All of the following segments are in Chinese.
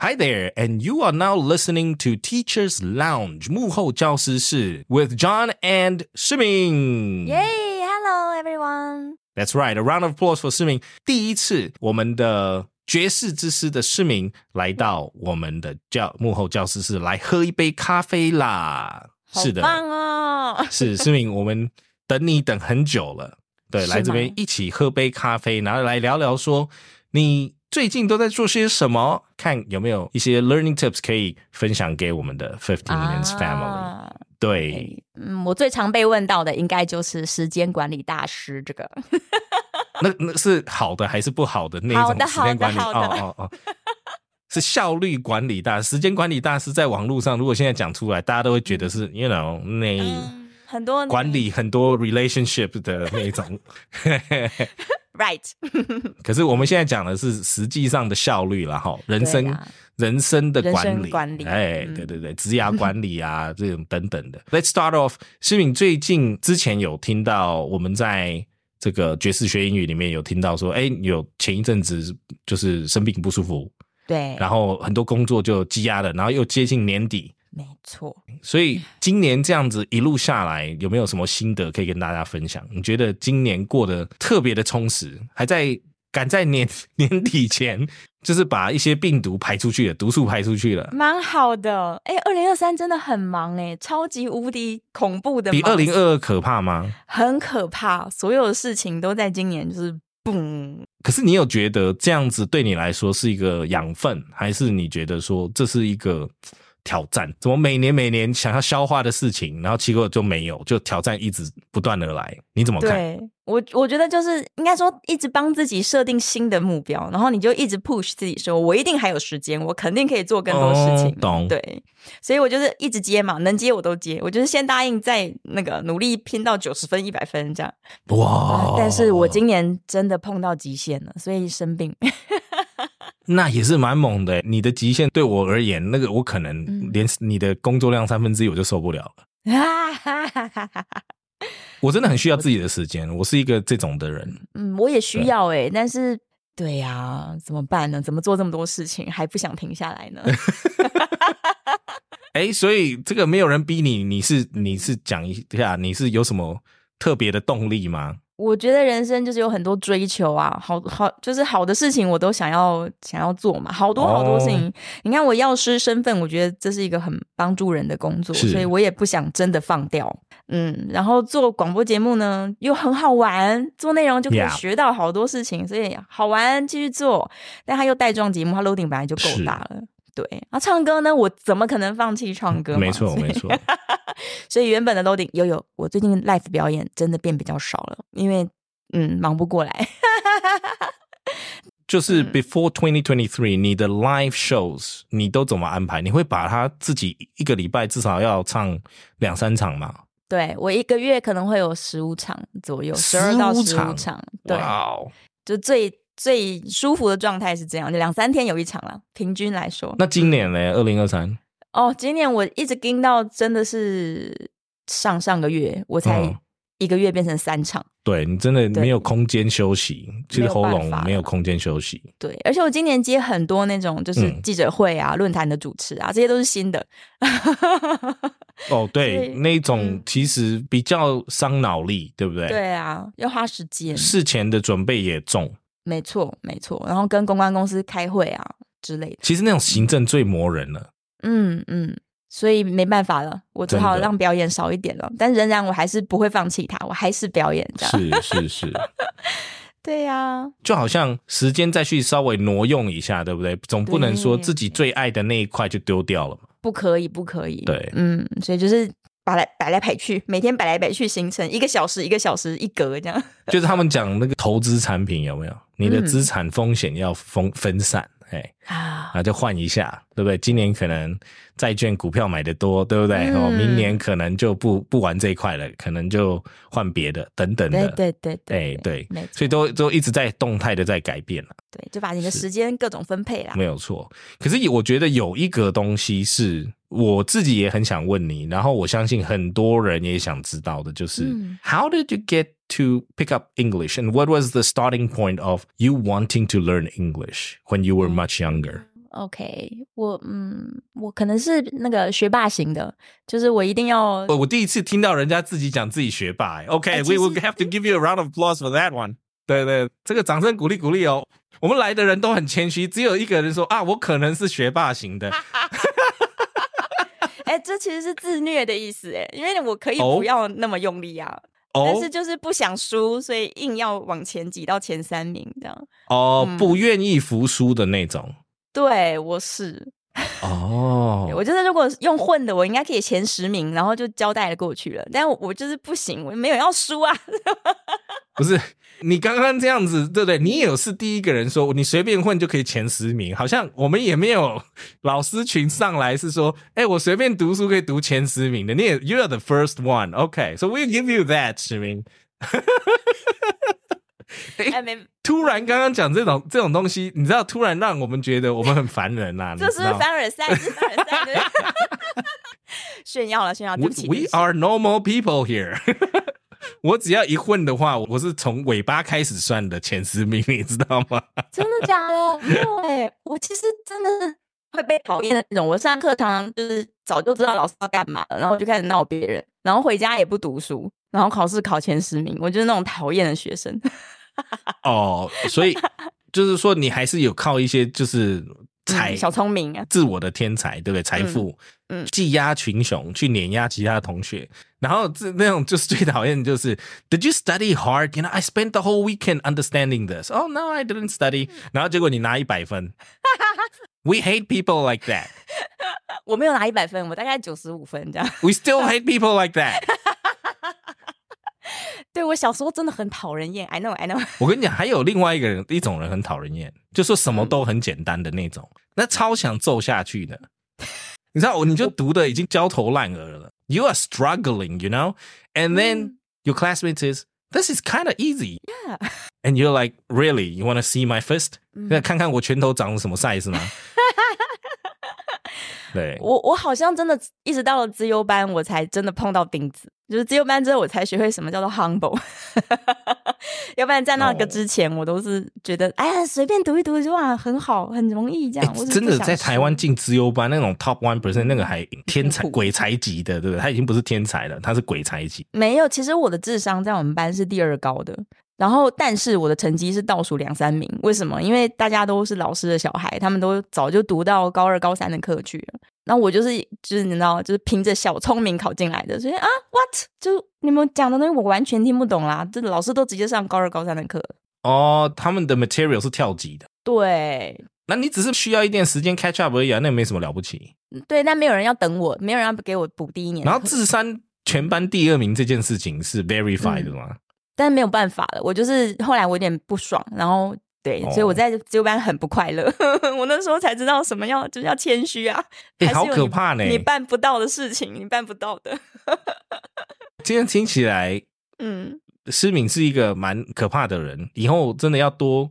Hi there, and you are now listening to Teachers Lounge 幕后教师室 with John and Siming. Yay! Hello, everyone. That's right. A round of applause for 市民。第一次，我们的爵士之师的市民来到我们的教幕后教室室来喝一杯咖啡啦。是的，好棒哦！ 是思明，我们等你等很久了。对，是来这边吗一起喝杯咖啡，然后来聊聊说你最近都在做些什么，看有没有一些 learning tips 可以分享给我们的 Fifteen Minutes Family。啊对，嗯，我最常被问到的应该就是时间管理大师这个。那那是好的还是不好的那好一的种时间管理？好的好的哦哦哦，是效率管理大师时间管理大师在网络上，如果现在讲出来，大家都会觉得是 you know 那。嗯，很多哎管理很多 relationship 的那一种， ，right？可是我们现在讲的是实际上的效率了哈，人生、对啦人生的管人理，生管理哎，嗯对对对，职涯管理啊，这种等等的。Let's start off，诗敏最近之前有听到我们在这个爵士学英语里面有听到说，哎，有前一阵子就是生病不舒服，对，然后很多工作就积压了，然后又接近年底，没错。所以今年这样子一路下来，有没有什么心得可以跟大家分享？你觉得今年过得特别的充实，还在赶在年 年底前，就是把一些病毒排出去了，毒素排出去了，蛮好的，哎、2二零二三真的很忙哎、超级无敌恐怖的忙，比二零二二可怕吗？很可怕，所有的事情都在今年就是嘣，可是你有觉得这样子对你来说是一个养分，还是你觉得说这是一个挑战？怎么每年每年想要消化的事情，然后结果就没有，就挑战一直不断而来？你怎么看？对我我觉得就是应该说一直帮自己设定新的目标，然后你就一直 push 自己说，我一定还有时间，我肯定可以做更多事情。哦懂对，所以我就是一直接嘛，能接我都接，我就是先答应，再那个努力拼到九十分、一百分这样。哇！但是我今年真的碰到极限了，所以生病。 那也是蛮猛的欸。你的极限对我而言，那个我可能嗯连你的工作量三分之一我就受不了了。啊哈哈哈哈哈！我真的很需要自己的时间，我是一个这种的人。嗯，我也需要哎、但是对呀、怎么办呢？怎么做这么多事情还不想停下来呢？哎，所以这个没有人逼你，你是你是讲一下，你是有什么特别的动力吗？我觉得人生就是有很多追求啊，好好就是好的事情我都想要想要做嘛，好多哦好多事情。你看我药师身份，我觉得这是一个很帮助人的工作，是所以我也不想真的放掉。嗯，然后做广播节目呢又很好玩，做内容就可以 Yeah 学到好多事情所以好玩继续做。但它又带状节目，它 loading 本来就够是大了。对，然后唱歌呢，我怎么可能放弃唱歌嘛？没 错，没错。所以原本的 loading 有有，我最近 live 表演真的变比较少了，因为嗯忙不过来。 就是嗯 before twenty twenty three，你的 live shows 你都怎么安排？你会把它自己一个礼拜至少要唱两三场吗？对我一个月可能会有十五场左右，十二到15十场五场，对，哦！就最最舒服的状态是这样，就两三天有一场了，平均来说。那今年呢？二零二三，哦，今年我一直盯到真的是上上个月，嗯我才一个月变成三场。对你真的对没有空间休息，其实没有喉办咙法没有了空间休息。对，而且我今年接很多那种就是嗯记者会啊、论坛的主持啊，这些都是新的。 哦，所对，以那一种嗯其实比较伤脑力，对不对？，对啊，要花时间。事前的准备也重。没错，没错。然后跟公关公司开会啊之类的。其实那种行政最磨人了。嗯嗯，所以没办法了，我只真的好让表演少一点了。但仍然我还是不会放弃它，我还 是表演这样。是是是，对呀、就好像时间再去稍微挪用一下，对不对？总不能说对自己最爱的那一块就丢掉了嘛。不可以，不可以。对嗯，所以就是摆来摆来摆去，每天摆来摆去，形成一个小时一个小时一格这样。就是他们讲那个投资产品有没有？你的嗯资产风险要分分散，哎， 啊，啊，就换一下，对不对？今年可能债券、股票买的多，对不对？嗯哦，明年可能就不不玩这一块了，可能就换别的，等等的。对对对哎对对没错，所以都都一直在动态的在改变了，对，就把你的是时间各种分配啦。没有错。可是我觉得有一个东西是我自己也很想问你，然后我相信很多人也想知道的，就是、嗯 How did you get to pick up English Oh. and what was the starting point of you wanting to learn English when you were much younger？ OK，我嗯，我可能是那个学霸型的，就是我一定要我我第一次听到人家自己讲自己学霸、欸。哎 OK，we、其实 will have to give you a round of applause for that one。对对，这个掌声鼓励鼓励哦。我们来的人都很谦虚，只有一个人说啊，我可能是学霸型的。啊哎、这其实是自虐的意思哎，因为我可以哦不要那么用力啊，但哦是就是不想输，所以硬要往前挤到前三名这样。哦嗯，不愿意服输的那种。对，我是，哦我觉得如果用混的，我应该可以前十名，然后就交代的过去了。但我我就是不行，我没有要输啊。不是你刚刚这样子，对不对？你也有是第一个人说你随便混就可以前十名，好像我们也没有老师群上来是说，哎，我随便读书可以读前十名的。你也 you are the first one，OK，so、we'll give you that 十名。哎，没，突然刚刚讲这种这种东西，你知道，突然让我们觉得我们很烦人啊啦、你这是知道凡尔赛，这是凡尔 赛，对 炫耀了，炫耀，对 We 不起。对 we 不起 are normal people here 。 我只要一混的话，我是从尾巴开始算的前十名，你知道吗？真的假 的？没有哎、我其实真的是会被讨厌的那种。我上课堂就是早就知道老师要干嘛了，然后我就开始闹别人，然后回家也不读书，然后考试考前十名，我就是那种讨厌的学生。 哦，所以就是说，你还是有靠一些就是才、嗯小聪明啊，自我的天才，对不对？财富，嗯嗯技压群雄，去碾压其他同学。然后这那种就是最讨厌的就是 Did you study hard? You know, I spent the whole weekend understanding this. Oh no, I didn't study. 嗯然后结果你拿一百分。We hate people like that. 我没有拿一百分，我大概九十五分这样。 We still hate people like that. 对我小时候真的很讨人厌，I know I know。我跟你讲，还有另外一个人，一种人很讨人厌，就说什嗯么都很简单的那种，那超想揍下去的。 你知道，我你就读的已经焦头烂额了。You are struggling, you know, and then 嗯 your classmate is this is kind of easy, and you're like, really, you want to see my fist？嗯那、看看我拳头长什么 size 吗？对，我我好像真的一直到了资优班，我才真的碰到钉子。就是资优班之后，我才学会什么叫做 humble。要不然在那个哦之前，我都是觉得，哎呀，随便读一读就哇，很好，很容易这哎、样。我只是真不的想在台湾输进资优班那种 top one percent，那个还天才很酷鬼才级的，对不对？他已经不是天才了，他是鬼才级。没有，其实我的智商在我们班是第二高的，然后但是我的成绩是倒数两三名。为什么？因为大家都是老师的小孩，他们都早就读到高二、高三的课去了。然后我就是就是你知道，就是凭着小聪明考进来的，所以啊，what 就是你们讲的东西我完全听不懂啦。这老师都直接上高二、高三的课，哦，他们的 material 是跳级的，对那你只是需要一点时间 catch up 而已啊，那没什么了不起。嗯对，但没有人要等我，没有人要给我补第一年的然课，后智商全班第二名这件事情是 verified 的嗯吗？但没有办法了，我就是后来我有点不爽，然后对，哦所以我在自由班很不快乐。 我那时候才知道什么要就是要谦虚啊，哎、还是好有可怕呢！你办不到的事情，你办不到的。今天听起来，嗯，诗敏是一个蛮可怕的人，以后真的要多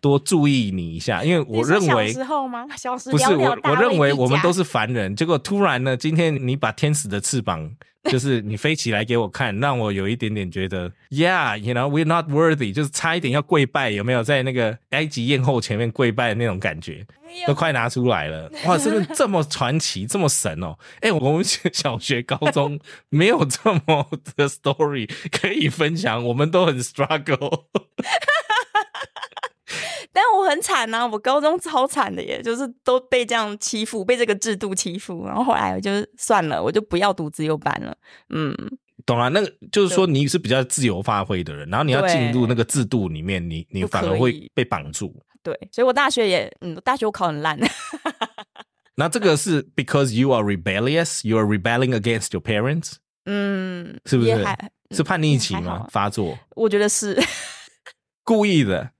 多注意你一下，因为你我说认为小时候吗？小时不是了了我，大我认为一我们家都是凡人。结果突然呢，今天你把天使的翅膀， 就是你飞起来给我看，让我有一点点觉得，Yeah，you know，we're not worthy，就是差一点要跪拜，有没有在那个埃及艳后前面跪拜的那种感觉，哎呦都快拿出来了。哇，真的这么传奇，这么神哦！哎，我们小学、高中没有这么的 story 可以分享，我们都很 struggle。但我很惨啊呐、我高中超惨的耶，就是都被这样欺负，被这个制度欺负。然后后来我就算了，我就不要读自由班了。嗯，懂了、那个就是说你是比较自由发挥的人，然后你要对进入那个制度里面，你你不反而可会以被绑住。对，所以我大学也，嗯，大学我考很烂。 那这个是 because you are rebellious, you are rebelling against your parents，嗯，是不也是还是叛逆期嗯还好吗啊？发作，我觉得是。故意的。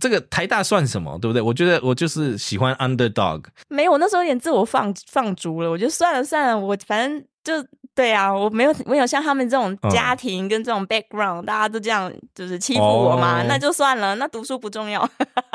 这个台大算什么，对不对？我觉得我就是喜欢 underdog，没有，我那时候有点自我放放逐了，我就算了算了，我反正就对啊，我没有没有像他们这种嗯家庭跟这种 background，、大家都这样就是欺负我嘛，哦那就算了，那读书不重要。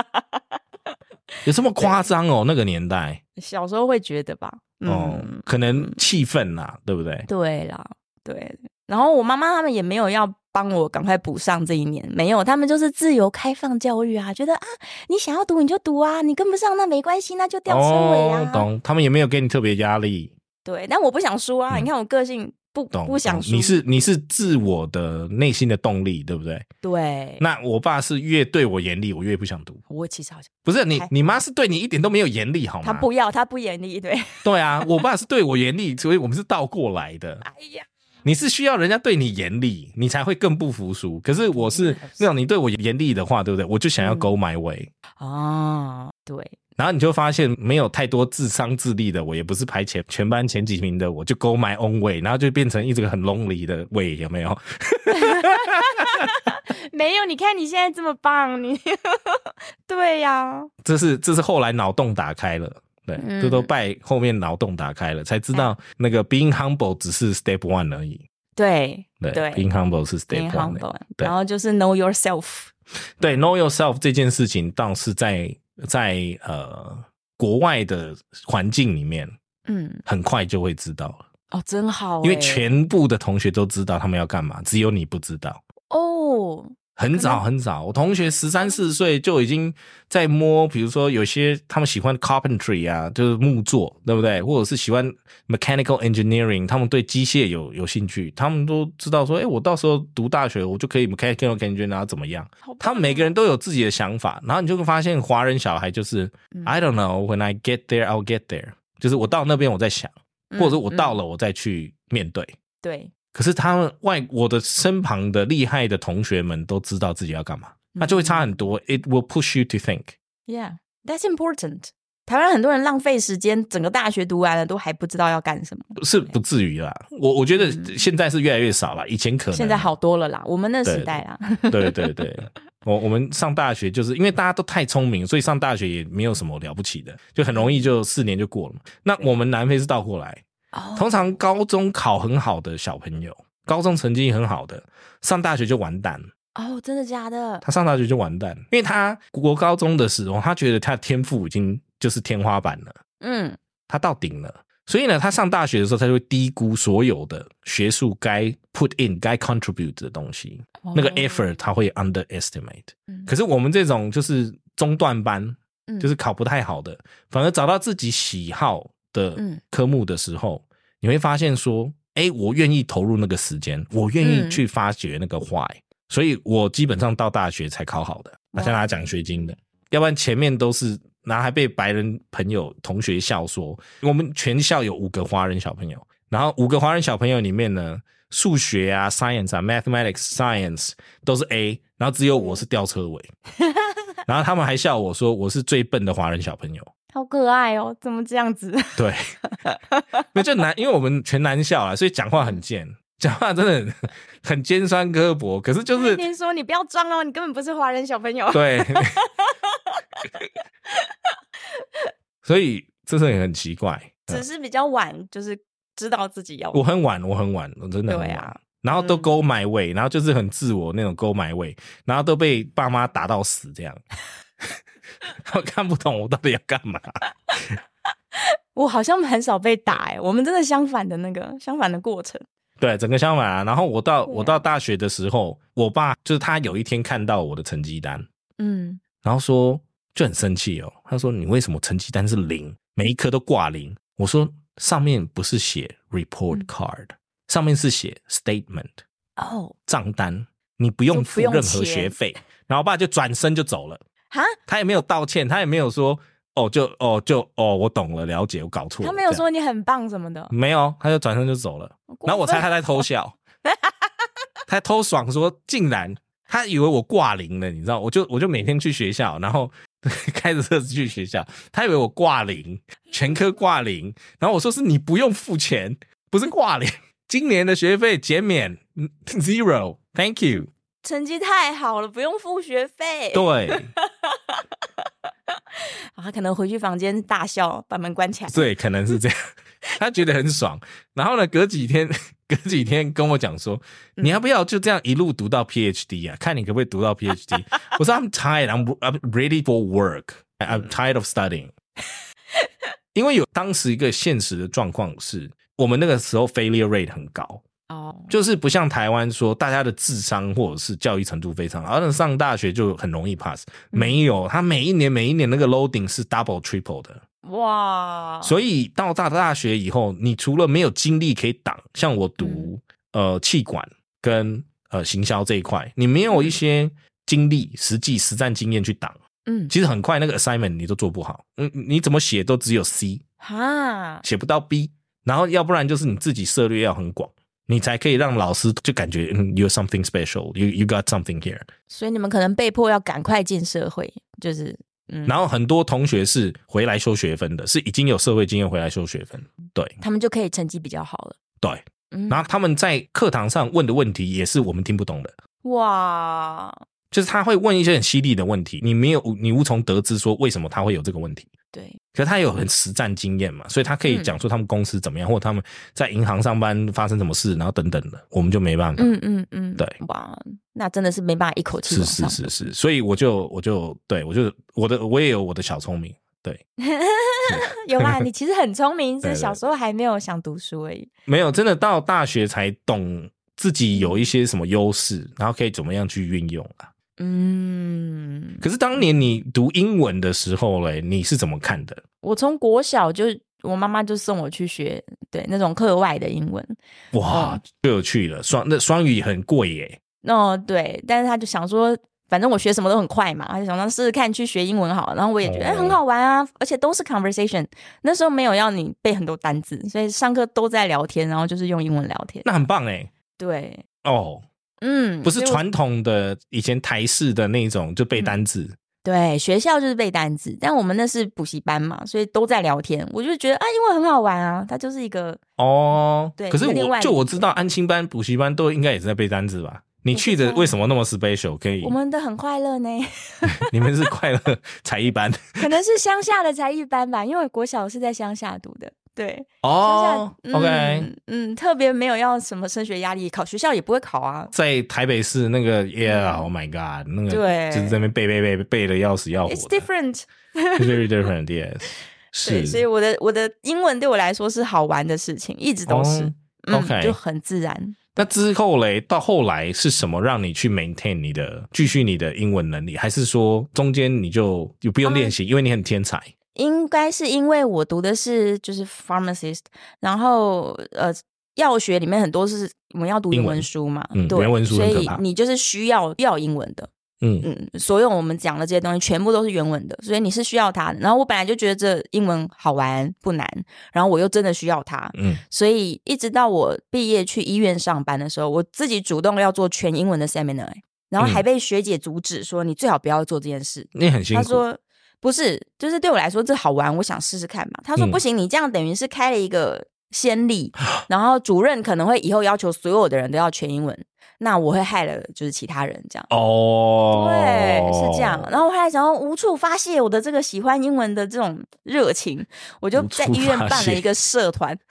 有这么夸张哦？那个年代小时候会觉得吧，嗯，哦，可能气愤啦，对不对？对啦，对。然后我妈妈他们也没有要帮我赶快补上这一年，没有，他们就是自由开放教育啊，觉得啊，你想要读你就读啊，你跟不上那没关系，那就吊车尾啊。哦，懂，他们也没有给你特别压力，对，但我不想输啊，嗯你看我个性不懂？不想懂输，你是你是自我的内心的动力，对不对？对，那我爸是越对我严厉，我越不想读。我其实好像不是你还，你妈是对你一点都没有严厉，好吗？他不要，他不严 厉，对，对啊，我爸是对我严厉，所以我们是倒过来 的。哎呀，你是需要人家对你严厉，你才会更不服输。可是我是嗯那种你对我严厉的话，对不对？我就想要嗯 go my way，、哦，对，然后你就发现没有太多智商自立的，我也不是排前全班前几名的，我就 go my own way，然后就变成一直很 lonely 的 way，有没有？没有，你看你现在这么 棒，你，对呀、这是这是后来脑洞打开了。对，嗯这都拜后面脑洞打开了，才知道那个 being humble 只是 step one 而已。对对对 b e i n g humble 是 step ，being one 而已。 humble，对然后就是 know yourself，对，know yourself 这件事情，倒是在在呃国外的环境里面，嗯，很快就会知道了，哦，真好欸、因为全部的同学都知道他们要干嘛，只有你不知道。哦，很可早能很早，我同学十三四岁就已经在摸，比如说有些他们喜欢 carpentry 啊，就是木作，对不对？或者是喜欢 mechanical engineering，他们对机械有有兴趣，他们都知道说，哎，我到时候读大学我就可以 mechanical engineering 啊，怎么样？好棒他们每个人都有自己的想法，然后你就会发现华人小孩就是、嗯 I don't know when I get there I'll get there，就是我到那边我再想，嗯或者是我到嗯了我再去面对。对，可是他们外我的身旁的厉害的同学们都知道自己要干嘛，那就会嗯差很多。It will push you to think。 Yeah, that's important. 台湾很多人浪费时间，整个大学读完了都还不知道要干什么。是不至于啦，我我觉得嗯现在是越来越少了，以前可能现在，好多了啦，我们那对时代啊啦，对对对，我我们上大学就是因为大家都太聪明，所以上大学也没有什么了不起的，就很容易就四年就过了嘛。那我们南非是倒过来，哦，通常高中考很好的小朋友，高中成绩很好的，上大学就完蛋了。哦，真的假的？他上大学就完蛋，因为他国高中的时候，他觉得他的天赋已经就是天花板了，嗯，他到顶了。所以呢，他上大学的时候，他就会低估所有的学术该 put in、该 contribute 的东西，那个哦 effort 他会 underestimate。嗯可是我们这种就是中段班，嗯就是考不太好的，反而找到自己喜好的嗯科目的时候，你会发现说，哎，我愿意投入那个时间，我愿意嗯去发掘那个 why，、所以我基本上到大学才考好的，哇而且拿奖学金的，要不然前面都是。然后还被白人朋友同学笑说，我们全校有五个华人小朋友，然后五个华人小朋友里面呢，数学啊、science 啊、mathematics、science 都是 A，然后只有我是吊车尾，嗯 然后他们还笑我说我是最笨的华人小朋友。好可爱哦，怎么这样子？ 对，那就男，因为我们全男校啊，所以讲话很贱，讲话真的很很尖酸刻薄。可是就是天说你不要装哦，你根本不是华人小朋友。对，啊 所以这是很奇怪。只是比较晚，就是知道自己要我很晚，我很晚，我真的很晚。对啊然后都嗯 go my way，、然后就是很自我那种 go my way，然后都被爸妈打到死这样。 我看不懂我到底要干嘛。我好像很少被打哎、我们真的相反的那个相反的过程。对，整个相反啊。然后我到对啊我到大学的时候，我爸就是他有一天看到我的成绩单，嗯，然后说就很生气哦，他说你为什么成绩单是零，每一科都挂零？我说上面不是写 report 嗯 card，、上面是写 statement 哦，账单，你不用就付不用任何钱学费。然后我爸就转身就走了，哈，他也没有道歉，他也没有说哦就哦就哦我懂了，了解，我搞错了。他没有这样说你很棒什么的。没有，他就转身就走了。然后我猜他在偷笑，他偷爽说，竟然他以为我挂零了，你知道，我就我就每天去学校，然后 开着车子去学校，他以为我挂零，全科挂零，然后我说是你不用付钱，不是挂零，今年的学费减免 嗯 zero，thank you，成绩太好了，不用付学费。对啊，他可能回去房间大笑，把门关起来。对，可能是这样， 他觉得很爽，然后呢，隔几天。隔几天跟我讲说，你要不要就这样一路读到 PhD 啊？看你可不可以读到 PhD。我说 I'm tired, I'm I'm ready for work, I'm tired of studying。因为有当时一个现实的状况是，我们那个时候 failure rate 很高，哦，就是不像台湾说大家的智商或者是教育程度非常好，而且上大学就很容易 pass。嗯没有，他每一年每一年那个 loading 是 double triple 的，哇，所以到大大学以后，你除了没有精力可以挡，像我读、呃气管跟呃行销这一块，你没有一些经历、实际实战经验去挡，嗯，其实很快那个 assignment 你都做不好，嗯，你怎么写都只有 C，哈，写不到 B，然后要不然就是你自己策略要很广，你才可以让老师就感觉嗯，you're something special，you you got something here。所以你们可能被迫要赶快进社会，就是嗯，然后很多同学是回来修学分的，是已经有社会经验回来修学分，对他们就可以成绩比较好了。对。嗯，然后他们在课堂上问的问题也是我们听不懂的，哇，就是他会问一些很犀利的问题，你没有你无从得知说为什么他会有这个问题。对，可是他有很实战经验嘛，所以他可以嗯讲出他们公司怎么样，或者他们在银行上班发生什么事，然后等等的，我们就没办法。嗯嗯嗯，对，哇，那真的是没办法一口气是往是上。是是，所以我就我就对我就我的我也有我的小聪明，对，有啦， 你其实很聪明，只对是对小时候还没有想读书而已。没有真的到大学才懂自己有一些什么优势，然后可以怎么样去运用啊。嗯，可是当年你读英文的时候嘞，你是怎么看的？我从国小就，我妈妈就送我去学对那种课外的英文。哇，就有趣了，双那双语很贵耶，哦，对，但是她就想说。反正我学什么都很快嘛，她就想让试试看去学英文好了，然后我也觉得、哎哦很好玩啊，而且都是 conversation。那时候没有要你背很多单字，所以上课都在聊天，然后就是用英文聊天。那很棒哎。对，哦，嗯，不是所以我传统的以前台式的那种就背单字，嗯对，学校就是背单词，但我们那是补习班嘛，所以都在聊天。我就觉得啊，因为很好玩啊，它就是一个哦，嗯对可是有点我外就语我知道安亲班、补习班都应该也是在背单字吧？你我去不知的道啊为什么那么 special？可以我，们的很快乐呢， 你们是快乐 才艺班可能是 乡下的才艺班吧，因为国小是在乡下读的，对，乡下、哦。嗯 OK，嗯，特别没有要什么升学压力，考学校也不会考啊，在台北市那个，Yeah，Oh my God，那个嗯对就是在那边背背背背的要死要活 It's 哦的 different。 ，very different，yes， 对，是，所以我的我的英文对我来说是好玩的事情，一直都是，哦嗯 OK 就很自然。那之后嘞，到后来是什么让你去 maintain 你的继续你的英文能力，还是说中间你就就不用练习，因为你很天才？应该是因为我读的是就是 pharmacist，然后呃，药学里面很多是我们要读英英文文书嘛，嗯对，原文书所很可以怕你就是需要要英文的，嗯，嗯，所有我们讲的这些东西全部都是原文的，所以你是需要它的。然后我本来就觉得这英文好玩不难，然后我又真的需要它，嗯，所以一直到我毕业去医院上班的时候，我自己主动要做全英文的 seminar，欸嗯然后还被学姐阻止说你最好不要做这件事，你很辛苦。他说不是，就是对我来说这好玩，我想试试看嘛。他说嗯啊不行，你这样等于是开了一个先例，然后主任可能会以后要求所有的人都要全英文，那我会害了就是其他人这样。哦，对，是这样。然后我后来想要无处发泄我的这个喜欢英文的这种热情，我就无在处医院发办了泄一个社 团。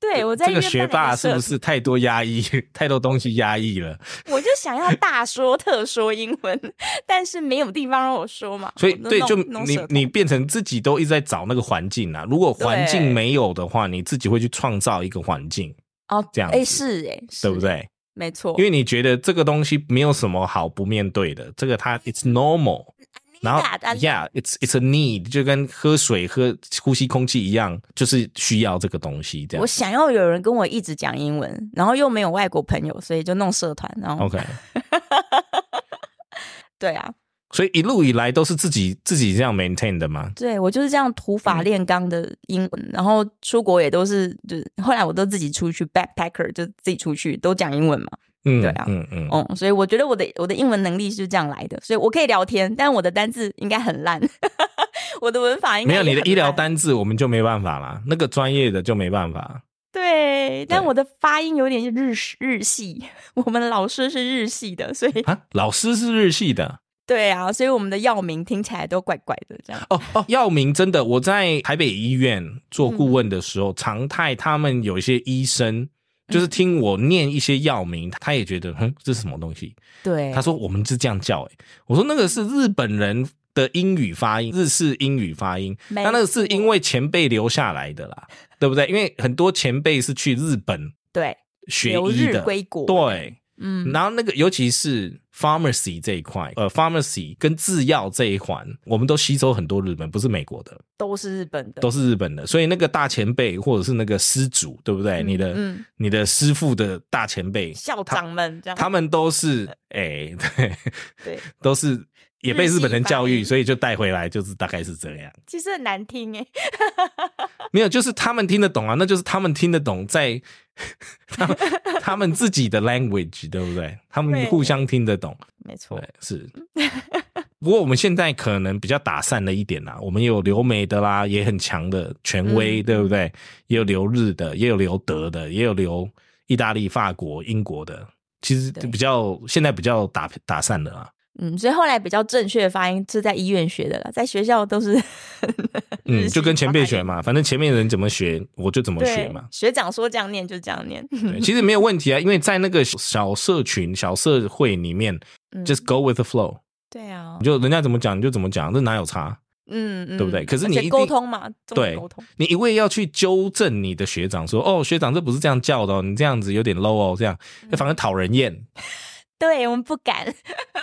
对，我在医这个院办学了一霸个是社哦不是太多压抑， 太多东西压抑了？我就想要大说特说英文，但是没有地方让我说嘛。所以我对，弄就弄你舌头你变成自己都一直在找那个环境啊。如果环境对没有的话，你自己会去创造一个环境，哦这样哎、子是哎、对不是？对？没错，因为你觉得这个东西没有什么好不面对的，这个它 it's normal。然后 that, I- ，yeah，it's it's a need，就跟喝水、喝呼吸空气一样，就是需要这个东西。这样我想要有人跟我一直讲英文，然后又没有外国朋友，所以就弄社团，然后、 ，OK。对啊，所以一路以来都是自己自己这样 maintain 的吗？对我就是这样土嗯法炼钢的英文，然后出国也都是就是后来我都自己出去 backpacker 就自己出去都讲英文嘛，嗯，对啊嗯嗯。嗯，所以我觉得我的我的英文能力是这样来的，所以我可以聊天，但我的单字应该很烂， 我的文法应该没有也你的很医疗烂单字，我们就没办法啦，那个专业的就没办法。对，但对我的发音有点日式日系，我们老师是日系的，所以啊，老师是日系的对啊，所以我们的药名听起来都怪怪的这样。哦哦，药名真的，我在台北医院做顾问的时候，常态他们有一些医生。就是听我念一些药名，他也觉得，哼，这是什么东西？对他，说我们是这样叫、欸，我说那个是日本人的英语发音，日式英语发音，没那那个是因错为前辈留下来的啦，对不对？因为很多前辈是去日本对学留医日的，归国，，对，嗯，然后那个尤其是 pharmacy 这一块，呃，pharmacy 跟制药这一环，我们都吸收很多日本，不是美国的，都是日本的，都是日本的。所以那个大前辈或者是那个师祖，对不对？嗯你的、嗯啊你的师傅的大前辈，校长们这样，他们都是哎、对，对，都是也被日系日本人教发育，音所以就带回来，就是大概是这样。其实很难听哎，没有，就是他们听得懂啊，那就是他们听得懂在 他 们他们自己的 language，对不对？他们对互相听得懂。没错对，，是。不过我们现在可能比较打散了一点啦，我们有留美的啦，也很强的权威，嗯对不对？也有留日的，也有留德的，也有留意大利、法国、英国的。其实对比较现在比较打打散了啊啦。嗯，所以后来比较正确的发音是在医院学的了，在学校都是日嗯，系就跟前辈发学音，嘛，反正前面人怎么学，我就怎么学对嘛，。学长说这样念就这样念，对，其实没有问题啊，因为在那个小社群、小社会里面嗯，just go with the flow，对啊你，就人家怎么讲你就怎么讲，这哪有差？嗯，嗯对不对可是你而且一定沟通嘛，重对沟通，你一味要去纠正你的学长说，哦，学长这不是这样叫的、哦，你这样子有点 low 哦，这样嗯反而讨人厌，对我们不敢，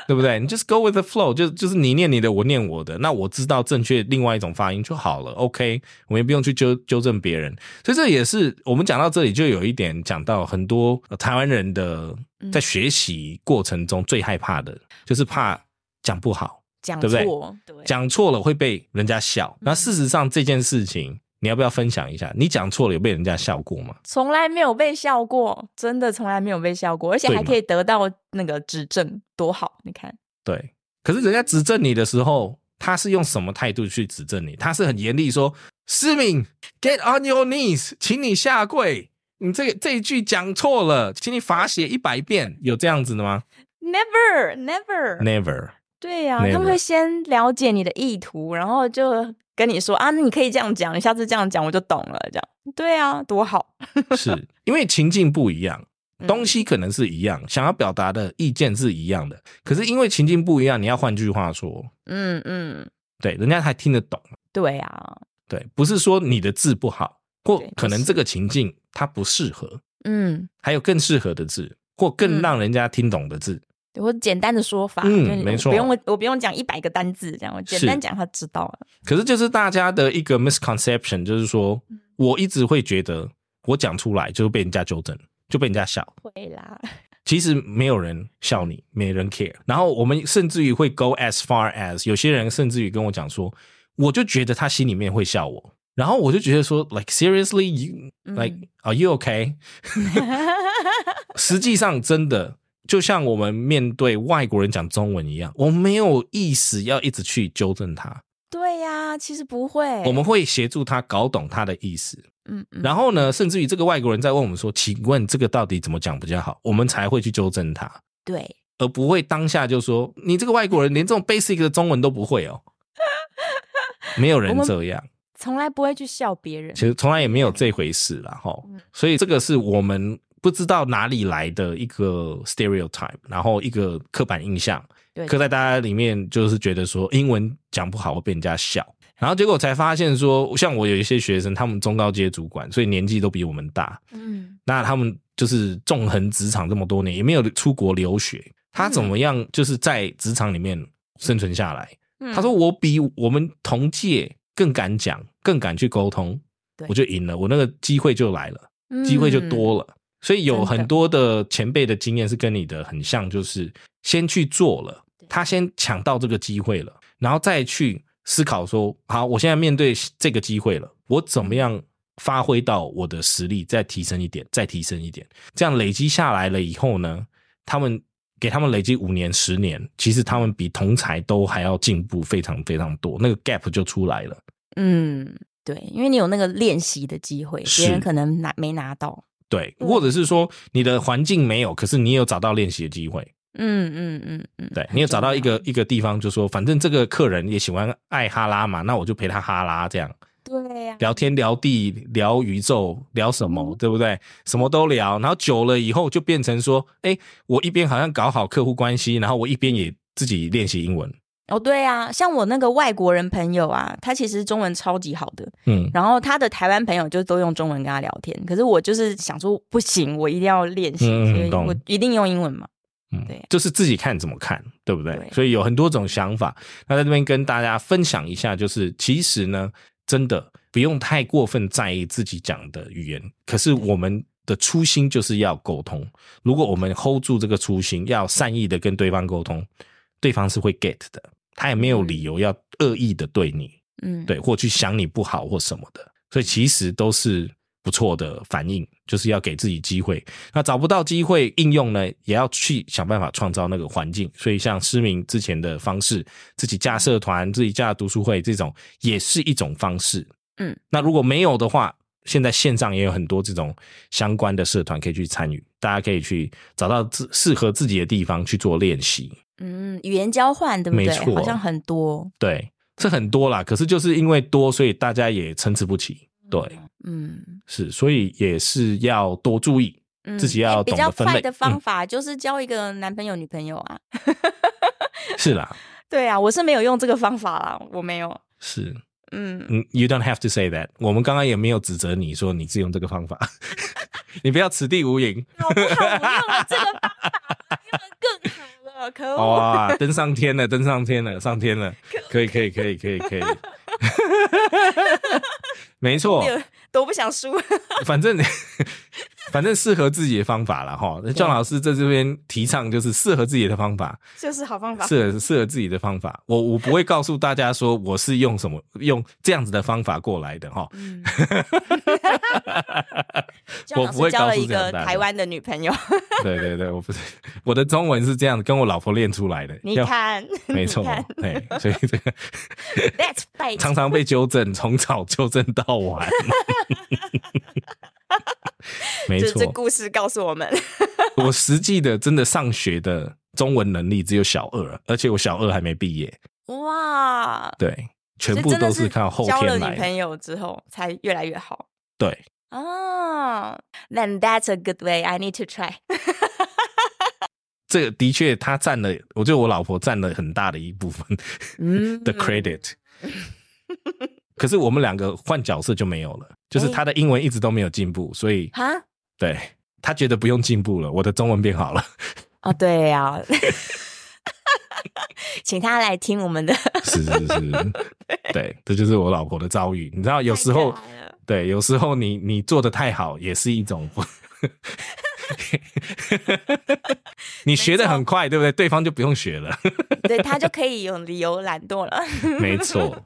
对不对？你 just go with the flow，就就是你念你的，我念我的，那我知道正确另外一种发音就好了，OK，我们也不用去纠纠正别人。所以这也是我们讲到这里，就有一点讲到很多呃台湾人的嗯在学习过程中最害怕的，就是怕讲不好。讲对不对错，对，讲错了会被人家笑，那嗯事实上这件事情，你要不要分享一下？你讲错了有被人家笑过吗？从来没有被笑过，真的从来没有被笑过，而且对还嘛可以得到那个指正，多好！你看，对，可是人家指正你的时候，他是用什么态度去指正你？他是很严厉说：“思敏，get on your knees，请你下跪。”你这个这一句讲错了，请你罚写一百遍，有这样子的吗 Never, never， ？Never， 对呀、 never 他们会先了解你的意图，然后就跟你说啊，那你可以这样讲，你下次这样讲我就懂了，这样，对啊，多好，是因为情境不一样，嗯东西可能是一样，想要表达的意见是一样的，可是因为情境不一样，你要换句话说，嗯嗯，对，人家才听得懂。对啊，对，不是说你的字不好，或对可能不是这个情境它不适合，嗯，还有更适合的字，或更嗯让人家听懂的字。我简单的说法，嗯就是没我错不用我我不用讲一百个单字，这样我简是单讲他知道了，可是就是大家的一个 misconception，就是说我一直会觉得我讲出来就会被人家纠正，就被人家笑。会啦，其实没有人笑你，没人 care。然后我们甚至于会 go as far as 有些人甚至于跟我讲说，我就觉得他心里面会笑我，然后我就觉得说，like seriously you 嗯 like are you okay？实际上真的就像我们面对外国人讲中文一样，我们没有意识要一直去纠正他，对呀、其实不会，我们会协助他搞懂他的意思。嗯嗯，然后呢，甚至于这个外国人在问我们说，请问这个到底怎么讲比较好，我们才会去纠正他。对。而不会当下就说你这个外国人连这种 basic 的中文都不 会哦。没有人这样，从来不会去笑别人其。实从来也没有这回事啦。哈嗯。所以这个是我们不知道哪里来的一个 stereotype，然后一个刻板印象，对，刻在大家里面，就是觉得说英文讲不好会被人家笑。然后结果才发现说，像我有一些学生，他们中高阶主管，所以年纪都比我们大，嗯，那他们就是纵横职场这么多年，也没有出国留学，嗯他怎么样就是在职场里面生存下来？嗯他说我比我们同届更敢讲，更敢去沟通对，我就赢了，我那个机会就来了，嗯机会就多了。所以有真的很多的前辈的经验是跟你的很像，就是先去做了，他先抢到这个机会了，然后再去思考说，好，我现在面对这个机会了，我怎么样发挥到我的实力，再提升一点，再提升一点，这样累积下来了以后呢，他们给他们累积五年、十年，其实他们比同才都还要进步非常非常多，那个 gap 就出来了。嗯。嗯，对，因为你有那个练习的机会，是别人可能拿没拿到。对，对或者是说你的环境没有，可是你有找到练习的机会。嗯嗯嗯嗯，对很你有找到一个重一个地方，就说反正这个客人也喜欢爱哈拉嘛，那我就陪他哈拉这样。要，对呀、聊天聊地聊宇宙聊什么，嗯对不对？什么都聊，然后久了以后就变成说，哎，我一边好像搞好客户关系，然后我一边也自己练习英文，哦，对啊，像我那个外国人朋友啊，他其实中文超级好的，嗯，然后他的台湾朋友就都用中文跟他聊天，可是我就是想说不行，我一定要练习，嗯嗯所以懂我一定用英文嘛。嗯对就是自己看怎么看，对不对？对所以有很多种想法。那在这边跟大家分享一下，就是其实呢，真的不用太过分在意自己讲的语言，可是我们。的初心就是要沟通。如果我们 hold 住这个初心，要善意的跟对方沟通，对方是会 get 的，他也没有理由要恶意的对你。嗯，对，或去想你不好或什么的，所以其实都是不错的反应，就是要给自己机会。那找不到机会应用呢，也要去想办法创造那个环境。所以像失明之前的方式，自己架社团、自己架读书会这种，也是一种方式。嗯，那如果没有的话，现在线上也有很多这种相关的社团可以去参与，大家可以去找到自适合自己的地方去做练习。嗯，语言交换对不没对？错好像很多，对，这很多啦，可是就是因为多，所以大家也参差不齐。对，嗯，是，所以也是要多注意。嗯自己要哎比懂较得分类嗯快的方法就是交一个男朋友、女朋友啊。是啦，对啊，我是没有用这个方法啦，我没有。是，嗯，嗯，You don't have to say that。我们刚刚也没有指责你说你是用这个方法， 你不要此地无银好不好？我用了这个方法，用的更好了，可恶！哇、登上天了，登上天了，上天了，可以，可以，可以，可以， 可以，没错， 都不想输。反正反正适合自己的方法了哈。对 john 老师在这边提倡就是适合自己的方法，这是好方法。适合适合自己的方法。我我不会告诉大家说我是用什么用这样子的方法过来的 哈。 嗯，我不会交告了诉一这样个大家台湾的女朋友，对对对，我不是我的中文是这样，跟我老婆练出来的。你要，看，没错你看，对，所以这个 ，That's right，常常被纠正，从早纠正到晚。 没这这错，故事告诉我们，我实际的真的上学的中文能力只有小二，而且我小二还没毕业，哇，对，全所以部真的都是靠后交了天女来朋的。友之后才越来越好对，啊。Then that's a good way. I need to try. 这个的确他占了，我觉得我老婆占了很大的一部分。嗯 the credit。可是我们两个换角色就没有了，哎就是他的英文一直都没有进步，所以 哈对他觉得不用进步了，我的中文变好 了，哦，对呀、啊， 请他来听我们的。是是是，对，这就是我老婆的遭遇。你知道，有时候太可爱了对，有时候你你做的太好也是一 种 不，你学的很快，对不对？对方就不用学了，对他就可以有理由懒惰了。 没错。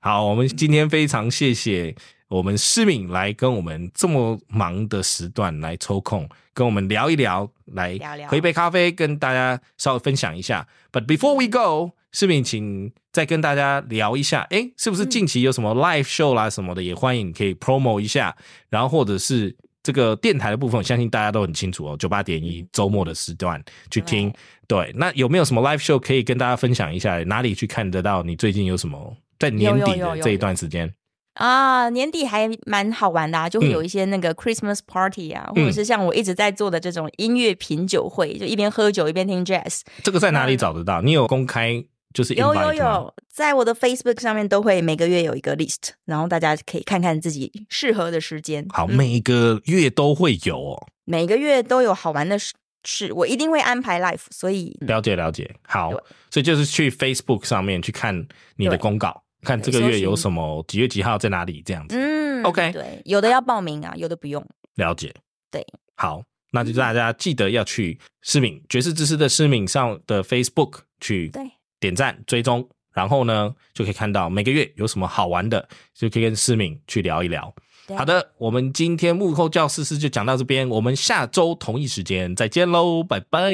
好，我们今天非常谢谢我们诗敏来跟我们这么忙的时段来抽空跟我们聊一聊，来聊聊喝一杯咖啡，跟大家稍微分享一下。But before we go，诗敏，请再跟大家聊一下，诶，是不嗯是近期有什么 live show 啦什么的，也欢迎你可以 promo 一下，然后或者是。这个电台的部分，我相信大家都很清楚哦。九八点一周末的时段去听，对。那有没有什么 live show 可以跟大家分享一下？哪里去看得到？你最近有什么在年底有有有的有这一段时间？啊，年底还蛮好玩的、啊，就会嗯有一些那个 Christmas party 啊，或者嗯是像我一直在做的这种音乐品酒会，就一边喝酒一边听 jazz。这个在哪里找得到？你有公开就是有 invite 有吗，有，在我的 Facebook 上面都会每个月有一个 list，然后大家可以看看自己适合的时间。好，嗯每一个月都会有哦。每个月都有好玩的事，事我一定会安排 life，所以了解了解，好嗯对，所以就是去 Facebook 上面去看你的对公告，看这个对搜月寻有什么，几月几号在哪里这样子。嗯 OK 对，有的要报名啊，有的不用。了解，对，好，那就大家记得要去诗敏爵士知识的诗敏上的 Facebook 去对点赞追踪，然后呢就可以看到每个月有什么好玩的，就可以跟诗敏去聊一聊。对好的，我们今天幕后教室是就讲到这边，我们下周同一时间再见喽，拜拜。